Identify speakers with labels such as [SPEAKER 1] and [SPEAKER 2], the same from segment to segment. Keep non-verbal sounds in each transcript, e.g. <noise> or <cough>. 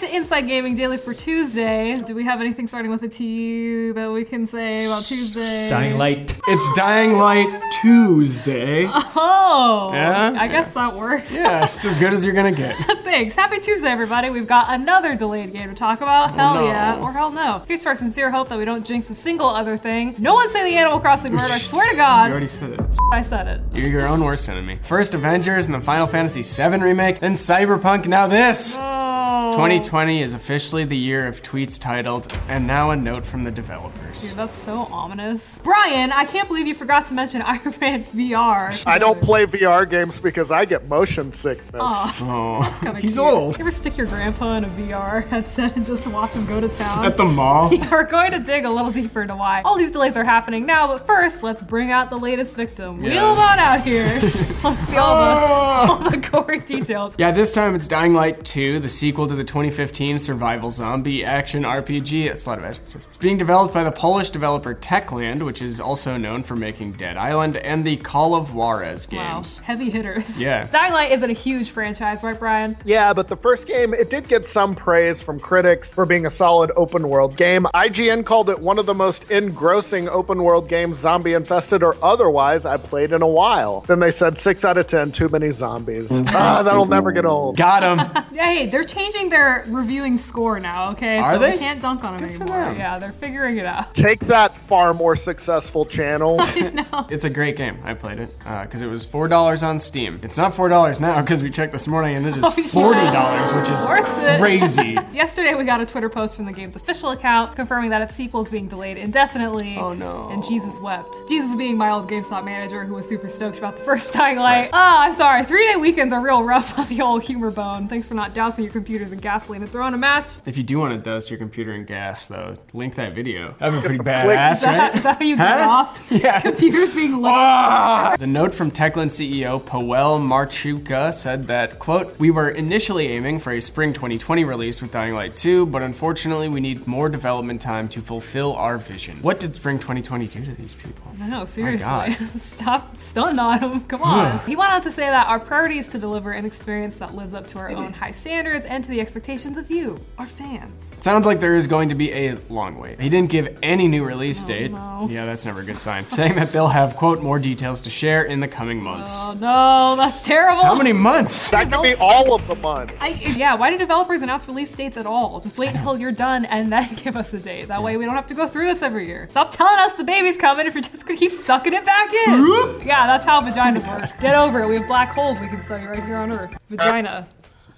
[SPEAKER 1] to Inside Gaming Daily for Tuesday. Do we have anything starting with a T that we can say about Tuesday?
[SPEAKER 2] Dying Light.
[SPEAKER 3] It's Dying Light
[SPEAKER 1] <laughs>
[SPEAKER 3] Tuesday.
[SPEAKER 1] Oh,
[SPEAKER 3] Yeah?
[SPEAKER 1] I guess that works.
[SPEAKER 3] Yeah, it's as good as you're gonna get.
[SPEAKER 1] <laughs> Thanks. Happy Tuesday, everybody. We've got another delayed game to talk about. Hell
[SPEAKER 3] Oh, no.
[SPEAKER 1] yeah, or hell no. Here's to our sincere hope that we don't jinx a single other thing. No one say the Animal Crossing word. I swear to
[SPEAKER 3] You already
[SPEAKER 1] God,
[SPEAKER 3] said it.
[SPEAKER 1] I said it.
[SPEAKER 3] You're your own worst enemy. First Avengers and the Final Fantasy VII remake, then Cyberpunk, now this!
[SPEAKER 1] Oh.
[SPEAKER 3] 2020 is officially the year of tweets titled, and now a note from the developers.
[SPEAKER 1] Dude, Oh, That's so ominous. Brian, I can't believe you forgot to mention Iron Man <laughs> VR.
[SPEAKER 4] I don't play VR games because I get motion sickness.
[SPEAKER 1] Aw.
[SPEAKER 3] Oh,
[SPEAKER 1] Kinda
[SPEAKER 3] <laughs> he's
[SPEAKER 1] cute.
[SPEAKER 3] old.
[SPEAKER 1] You ever stick your grandpa in a VR headset <laughs> and just watch him go to town?
[SPEAKER 3] At the mall.
[SPEAKER 1] <laughs>
[SPEAKER 3] <laughs>
[SPEAKER 1] We're going to dig a little deeper into why all these delays are happening now, but first, let's bring out the latest victim.
[SPEAKER 3] Yeah. Oh.
[SPEAKER 1] Wheel him on out
[SPEAKER 3] <laughs>
[SPEAKER 1] here. let's see all the, <laughs> all the gory details.
[SPEAKER 3] Yeah, this time it's Dying Light 2, the sequel to the 2015 survival zombie action RPG. That's a lot of adjectives. It's being developed by the Polish developer Techland, which is also known for making Dead Island and the Call of Juarez
[SPEAKER 1] Wow,
[SPEAKER 3] <laughs> games.
[SPEAKER 1] heavy hitters.
[SPEAKER 3] Yeah.
[SPEAKER 1] Dying Light isn't a huge franchise, right, Brian?
[SPEAKER 4] <laughs> Yeah, but the first game, it did get some praise from critics for being a solid open world game. IGN called it one of the most engrossing open world games, zombie infested or otherwise, I've played in a while. Then they said 6 out of 10, too many zombies.
[SPEAKER 3] Mm-hmm.
[SPEAKER 4] Ah, that'll never get old.
[SPEAKER 3] Got
[SPEAKER 1] <laughs>
[SPEAKER 3] him.
[SPEAKER 1] Hey, they're changing their reviewing score now, okay?
[SPEAKER 3] Are
[SPEAKER 1] so
[SPEAKER 3] they?
[SPEAKER 1] we can't dunk on them
[SPEAKER 3] Good for
[SPEAKER 1] anymore.
[SPEAKER 3] them.
[SPEAKER 1] Yeah, they're figuring it out.
[SPEAKER 4] Take that far more successful
[SPEAKER 1] <laughs>
[SPEAKER 4] channel.
[SPEAKER 3] it's a great game. I played it because it was four dollars on Steam. It's not four dollars now because we checked this morning and
[SPEAKER 1] <laughs>
[SPEAKER 3] it is
[SPEAKER 1] Oh, yeah.
[SPEAKER 3] forty dollars, which is
[SPEAKER 1] Worth it. <laughs>
[SPEAKER 3] crazy.
[SPEAKER 1] Yesterday, we got a Twitter post from the game's official account confirming that its sequel is being delayed indefinitely.
[SPEAKER 3] Oh, no.
[SPEAKER 1] And Jesus wept. Jesus being my old GameStop manager who was super stoked about the first <laughs> Dying Light. Ah, I'm sorry. Three day weekends are real rough on the old humor bone. Thanks for not dousing your computers in gasoline and throwing a match.
[SPEAKER 3] if you do want to dust your computer in gas, though, link that video. That'd be pretty
[SPEAKER 4] some
[SPEAKER 3] badass,
[SPEAKER 4] clicks.
[SPEAKER 1] <laughs>
[SPEAKER 3] right?
[SPEAKER 1] Is that how you get
[SPEAKER 3] Huh? Oh
[SPEAKER 1] off? <laughs>
[SPEAKER 3] <laughs> Yeah.
[SPEAKER 1] Computers being lit.
[SPEAKER 3] Ah! The note from Techland CEO Powell Marchuka said that, quote, We were initially aiming for a spring 2020 release with Dying Light 2, but unfortunately we need more development time to fulfill our vision. What did spring 2020 do to these people?
[SPEAKER 1] No, seriously.
[SPEAKER 3] God.
[SPEAKER 1] <laughs> Stop stunned on him. Come on.
[SPEAKER 3] <sighs>
[SPEAKER 1] he went on to say that our priority is to deliver an experience that lives up to our own high standards and to the expectations of you, our fans.
[SPEAKER 3] Sounds like there is going to be a long wait. He didn't give any new release date.
[SPEAKER 1] no.
[SPEAKER 3] Yeah, that's never a good sign. Saying that they'll have, quote, more details to share in the coming months.
[SPEAKER 1] Oh no, that's terrible.
[SPEAKER 3] How many months?
[SPEAKER 4] That could be all of the months.
[SPEAKER 1] I, yeah, why do developers announce release dates at all? Just wait until you're done and then <laughs> give us a date. That way we don't have to go through this every year. Stop telling us the baby's coming if you're just gonna keep sucking it back in. yeah, that's how vaginas work. Get over it. We have black holes we can study right here on Earth. Vagina.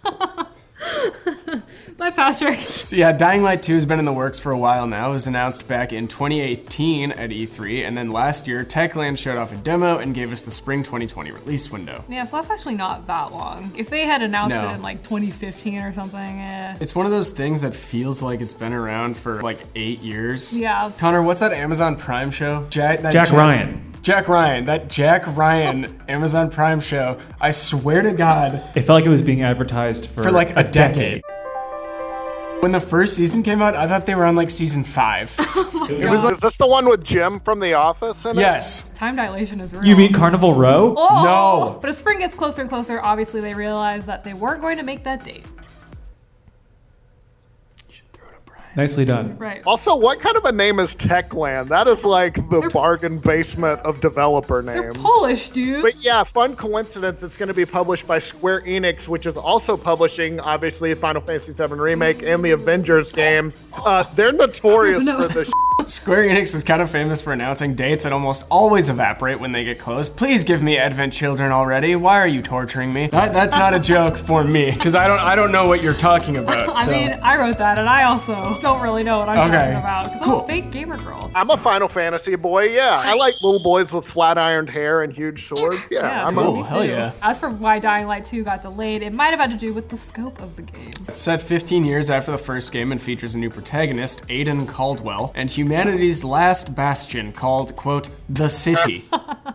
[SPEAKER 1] <laughs> Bye, Patrick.
[SPEAKER 3] So yeah, Dying Light 2 has been in the works for a while now. It was announced back in 2018 at E3, and then last year, Techland showed off a demo and gave us the spring 2020 release window.
[SPEAKER 1] Yeah, so that's actually not that long. If they had announced
[SPEAKER 3] No.
[SPEAKER 1] it in like 2015 or something, eh.
[SPEAKER 3] It's one of those things that feels like it's been around for like eight years.
[SPEAKER 1] Yeah.
[SPEAKER 3] Connor, what's that Amazon Prime show? Jack, that
[SPEAKER 2] Jack Ryan.
[SPEAKER 3] Jack Ryan. That Jack Ryan Amazon Prime show. I swear to God,
[SPEAKER 2] It felt like it was being advertised for,
[SPEAKER 3] for like a, decade. When the first season came out, I thought they were on like season five. it was like,
[SPEAKER 4] Is this the one with Jim from The Office in it?
[SPEAKER 3] yes.
[SPEAKER 1] time dilation is real.
[SPEAKER 2] You mean Carnival Row?
[SPEAKER 1] Oh!
[SPEAKER 3] No.
[SPEAKER 1] But as spring gets closer and closer, obviously they realize that they weren't going to make that date.
[SPEAKER 2] Nicely done.
[SPEAKER 1] Right.
[SPEAKER 4] Also, what kind of a name is Techland? That is like the
[SPEAKER 1] They're-
[SPEAKER 4] bargain basement of developer
[SPEAKER 1] They're
[SPEAKER 4] names.
[SPEAKER 1] Polish, dude.
[SPEAKER 4] But yeah, fun coincidence. It's going to be published by Square Enix, which is also publishing, obviously, Final Fantasy VII Remake and the Avengers games. Uh, they're
[SPEAKER 1] <laughs>
[SPEAKER 4] notorious
[SPEAKER 1] No.
[SPEAKER 4] for this. sh-
[SPEAKER 3] Square Enix is kind of famous for announcing dates that almost always evaporate when they get close. Please give me Advent Children already. Why are you torturing me? That, that's not a joke for me, because I don't I don't know what you're talking about.
[SPEAKER 1] <laughs> I
[SPEAKER 3] so.
[SPEAKER 1] mean, I wrote that, and I also don't really know what I'm
[SPEAKER 3] Okay.
[SPEAKER 1] talking about because I'm
[SPEAKER 3] Cool.
[SPEAKER 1] a fake gamer girl.
[SPEAKER 4] I'm a Final Fantasy boy. Yeah, I like little boys with flat ironed hair and huge swords. Yeah, I'm
[SPEAKER 3] Cool.
[SPEAKER 4] a,
[SPEAKER 1] me
[SPEAKER 3] hell
[SPEAKER 1] too.
[SPEAKER 3] yeah.
[SPEAKER 1] As for why Dying Light 2 got delayed, it might have had to do with the scope of the game.
[SPEAKER 3] It's set 15 years after the first game and features a new protagonist, Aiden Caldwell, and humanity's last bastion called, quote, the
[SPEAKER 1] <laughs>
[SPEAKER 3] City.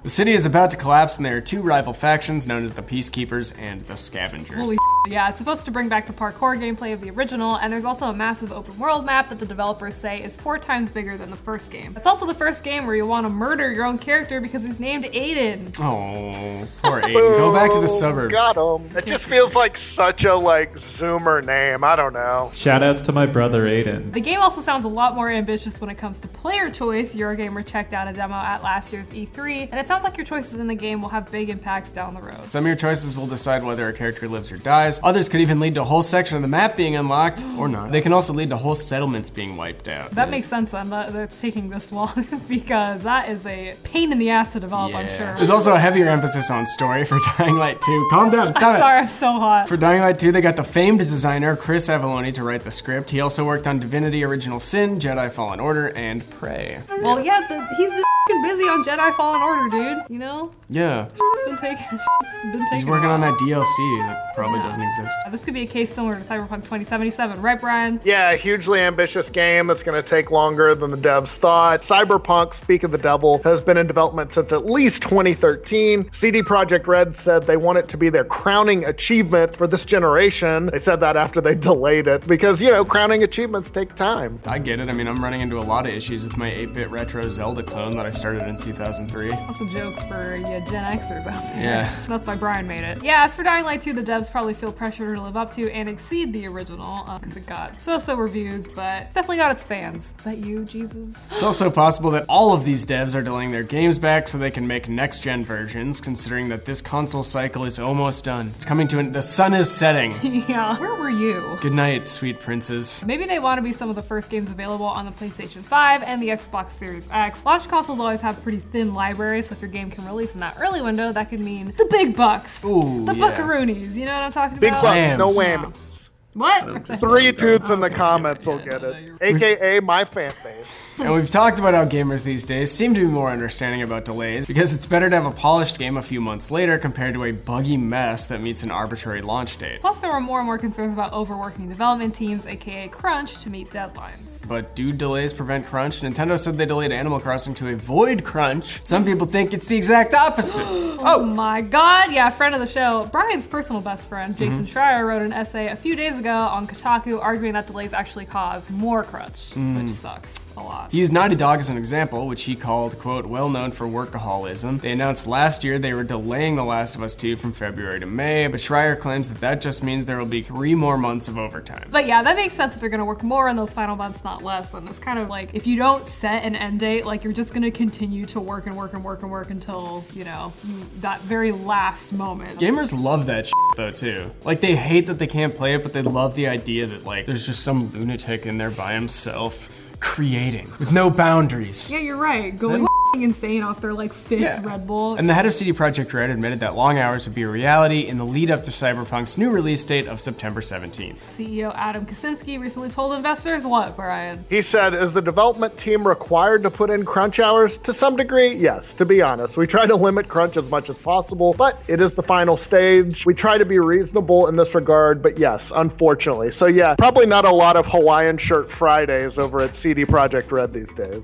[SPEAKER 3] the city is about to collapse, and there are two rival factions known as the Peacekeepers and the Scavengers.
[SPEAKER 1] Holy Yeah, it's supposed to bring back the parkour gameplay of the original, and there's also a massive open world map that the developers say is four times bigger than the first game. It's also the first game where you want to murder your own character because he's named Aiden.
[SPEAKER 3] Oh, poor Aiden. Go back to the
[SPEAKER 4] Oh,
[SPEAKER 3] suburbs.
[SPEAKER 4] Got him. It just feels like such a like Zoomer name. I don't know.
[SPEAKER 2] Shoutouts to my brother Aiden.
[SPEAKER 1] The game also sounds a lot more ambitious when it comes to player choice. Eurogamer checked out a demo at last year's E3, and it sounds like your choices in the game will have big impacts down the road.
[SPEAKER 3] Some of your choices will decide whether a character lives or dies. Others could even lead to a whole section of the map being unlocked or not. They can also lead to whole settlements being wiped out.
[SPEAKER 1] That makes sense then that that's taking this <laughs> long because that is a pain in the ass to develop, I'm
[SPEAKER 3] Yeah.
[SPEAKER 1] sure.
[SPEAKER 3] There's also a heavier emphasis on story for <laughs> Dying Light 2. Calm down, stop
[SPEAKER 1] I'm
[SPEAKER 3] it.
[SPEAKER 1] sorry, I'm so hot.
[SPEAKER 3] For Dying Light 2, they got the famed designer Chris Avellone to write the script. He also worked on Divinity Original Sin, Jedi Fallen Order, and Prey.
[SPEAKER 1] well, yeah, the, he's been fing busy on Jedi Fallen Order, dude. You know,
[SPEAKER 3] Yeah.
[SPEAKER 1] it's been taking. <laughs> It's been taking.
[SPEAKER 3] He's working
[SPEAKER 1] a
[SPEAKER 3] on
[SPEAKER 1] while.
[SPEAKER 3] that DLC that probably doesn't exist.
[SPEAKER 1] This could be a case similar to Cyberpunk 2077, right, Brian?
[SPEAKER 4] Yeah, hugely ambitious game that's going to take longer than the devs thought. Cyberpunk, Speak of the Devil, has been in development since at least 2013. CD Projekt Red said they want it to be their crowning achievement for this generation. They said that after they <laughs> delayed it because, you know, crowning achievements take time.
[SPEAKER 3] I get it. I mean, I'm running into a lot of issues with my 8 bit retro Zelda clone that I started in 2003.
[SPEAKER 1] That's a joke for you Gen Xers out there.
[SPEAKER 3] Yeah.
[SPEAKER 1] <laughs> That's why Brian made it. Yeah, as for Dying Light 2, the devs probably feel pressure to live up to and exceed the original because it got so so reviews, but it's definitely got its fans. Is that you, Jesus? <laughs>
[SPEAKER 3] It's also possible that all of these devs are delaying their games back so they can make next gen versions, considering that this console cycle is almost done. It's coming to an. The sun is setting.
[SPEAKER 1] yeah. Where were you?
[SPEAKER 3] Good night, sweet princes.
[SPEAKER 1] Maybe they want to be some of the first games available on the PlayStation 5 and the Xbox Series X. Launch consoles always have pretty thin libraries, so if your game can release in that early window, that could mean the big bucks.
[SPEAKER 3] Ooh,
[SPEAKER 1] the
[SPEAKER 3] yeah.
[SPEAKER 1] buckaroonies, you know what I'm talking
[SPEAKER 4] Big
[SPEAKER 1] about?
[SPEAKER 4] bucks, no
[SPEAKER 3] Lambs.
[SPEAKER 4] whammies.
[SPEAKER 1] <laughs> What?
[SPEAKER 4] Three dudes in the comments will get it, aka my fan base.
[SPEAKER 3] And we've talked about how gamers these days seem to be more understanding about delays because it's better to have a polished game a few months later compared to a buggy mess that meets an arbitrary launch date.
[SPEAKER 1] Plus, there were more and more concerns about overworking development teams, aka crunch, to meet deadlines.
[SPEAKER 3] But do delays prevent crunch? Nintendo said they delayed Animal Crossing to avoid crunch. Some people think it's the exact opposite.
[SPEAKER 1] Oh my god, yeah, friend of the show, Brian's personal best friend,
[SPEAKER 3] Mm-hmm.
[SPEAKER 1] Jason Schreier, wrote an essay a few days ago on Kotaku arguing that delays actually cause more crunch,
[SPEAKER 3] Mm.
[SPEAKER 1] which sucks a lot.
[SPEAKER 3] He used Naughty Dog as an example, which he called, quote, well known for workaholism. They announced last year they were delaying The Last of Us 2 from February to May, but Schreier claims that that just means there will be three more months of overtime.
[SPEAKER 1] But yeah, that makes sense that they're gonna work more in those final months, not less. And it's kind of like if you don't set an end date, like you're just gonna continue to work and work and work and work until, you know, you- that very last moment.
[SPEAKER 3] Gamers love that shit, though too. Like they hate that they can't play it, but they love the idea that like there's just some lunatic in there by himself creating with no boundaries.
[SPEAKER 1] Yeah, you're right. Going insane off their like fifth
[SPEAKER 3] Yeah.
[SPEAKER 1] Red Bull.
[SPEAKER 3] And the head of CD Projekt Red admitted that long hours would be a reality in the lead up to Cyberpunk's new release date of September 17th.
[SPEAKER 1] CEO E Adam Kaczynski recently told investors what, Brian?
[SPEAKER 4] He said, Is the development team required to put in crunch hours? To some degree, yes, to be honest. We try to limit crunch as much as possible, but it is the final stage. We try to be reasonable in this regard, but yes, unfortunately. So, yeah, probably not a lot of Hawaiian shirt Fridays over at CD Projekt Red these days.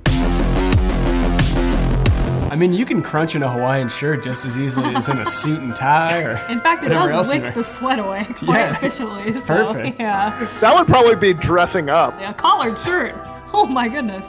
[SPEAKER 3] I mean, you can crunch in a Hawaiian shirt just as easily as in a suit and tie or
[SPEAKER 1] In fact, it
[SPEAKER 3] whatever
[SPEAKER 1] does
[SPEAKER 3] else you
[SPEAKER 1] wick
[SPEAKER 3] wear.
[SPEAKER 1] the sweat away quite
[SPEAKER 3] Yeah.
[SPEAKER 1] efficiently. so,
[SPEAKER 3] perfect.
[SPEAKER 1] Yeah.
[SPEAKER 4] That would probably be dressing up.
[SPEAKER 1] A collared shirt. Oh my goodness.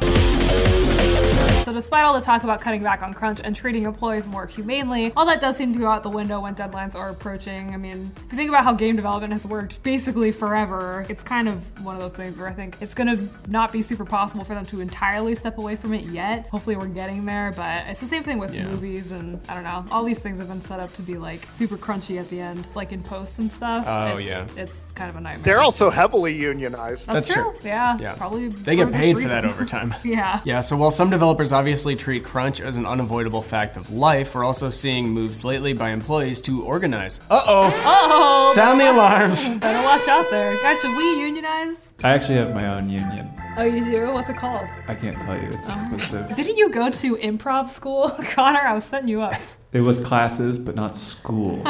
[SPEAKER 1] So, despite all the talk about cutting back on crunch and treating employees more humanely, all that does seem to go out the window when deadlines are approaching. I mean, if you think about how game development has worked basically forever, it's kind of one of those things where I think it's gonna not be super possible for them to entirely step away from it yet. Hopefully, we're getting there, but it's the same thing with movies and I don't know. All these things have been set up to be like super crunchy at the end. It's like in post and stuff.
[SPEAKER 3] Oh,
[SPEAKER 1] It's-
[SPEAKER 3] yeah.
[SPEAKER 1] It's kind of a nightmare.
[SPEAKER 4] They're also heavily unionized.
[SPEAKER 1] That's,
[SPEAKER 3] That's
[SPEAKER 1] true.
[SPEAKER 3] true.
[SPEAKER 1] Yeah,
[SPEAKER 3] Yeah.
[SPEAKER 1] Probably.
[SPEAKER 3] They get
[SPEAKER 1] for this
[SPEAKER 3] paid for that
[SPEAKER 1] reason.
[SPEAKER 3] overtime.
[SPEAKER 1] <laughs> yeah.
[SPEAKER 3] <laughs> Yeah, so while some developers obviously treat crunch as an unavoidable fact of life, we're also seeing moves lately by employees to organize. Uh oh!
[SPEAKER 1] Oh,
[SPEAKER 3] Sound the alarms!
[SPEAKER 1] better watch out there, guys. Should we unionize?
[SPEAKER 2] I actually have my own union.
[SPEAKER 1] Oh, you do. What's it called?
[SPEAKER 2] I can't tell you. It's exclusive.
[SPEAKER 1] <laughs> Didn't you go to improv school, Connor? I was setting you up.
[SPEAKER 2] It was classes, but not school.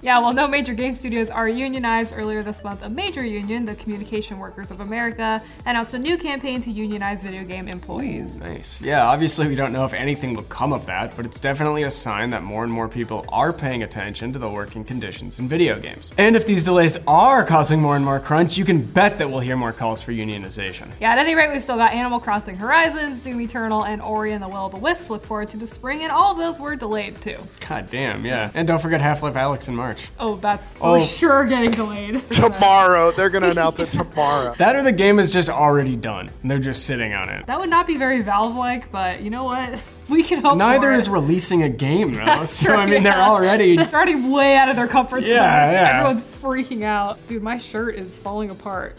[SPEAKER 1] Yeah, well, no major game studios are unionized. Earlier this month, a major union, the Communication Workers of America, announced a new campaign to unionize video game employees.
[SPEAKER 3] Nice. Yeah, obviously, we don't know if anything will come of that, but it's definitely a sign that more and more people are paying attention to the working conditions in video games. And if these delays are causing more and more crunch, you can bet that we'll hear more calls for unionization.
[SPEAKER 1] Yeah, at any rate, we've still got Animal Crossing Horizons, Doom Eternal, and Ori and the Will of the Wisps. Look forward to the spring, and all of those were delayed too.
[SPEAKER 3] God damn, yeah. And don't forget Half Life Alex in March.
[SPEAKER 1] Oh, that's for
[SPEAKER 3] Oh.
[SPEAKER 1] sure getting delayed. <laughs>
[SPEAKER 4] Tomorrow. They're going to announce it tomorrow.
[SPEAKER 3] That or the game is just already done, and they're just sitting on it.
[SPEAKER 1] That would not be very Valve-like, but you know what? <laughs> We can hope.
[SPEAKER 3] Neither
[SPEAKER 1] for
[SPEAKER 3] is
[SPEAKER 1] it.
[SPEAKER 3] releasing a game, though.
[SPEAKER 1] That's <laughs>
[SPEAKER 3] <laughs> so,
[SPEAKER 1] true,
[SPEAKER 3] I mean, they're
[SPEAKER 1] yeah. <laughs>
[SPEAKER 3] already
[SPEAKER 1] They're already way out of their comfort zone.
[SPEAKER 3] Yeah, yeah.
[SPEAKER 1] Everyone's freaking out. Dude, my shirt is falling apart.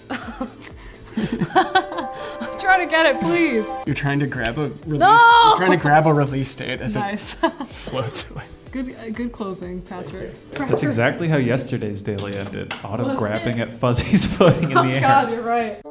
[SPEAKER 1] <laughs> I'm trying to get it, please.
[SPEAKER 3] You're trying to grab a release.
[SPEAKER 1] No!
[SPEAKER 3] You're trying to grab a release date as
[SPEAKER 1] Nice. <laughs>
[SPEAKER 3] it floats away.
[SPEAKER 1] good, uh, good closing, Patrick. <laughs>
[SPEAKER 2] That's exactly how yesterday's daily ended. Auto grabbing at Fuzzy's <laughs> footing in the
[SPEAKER 1] Oh, God,
[SPEAKER 2] air.
[SPEAKER 1] you're right.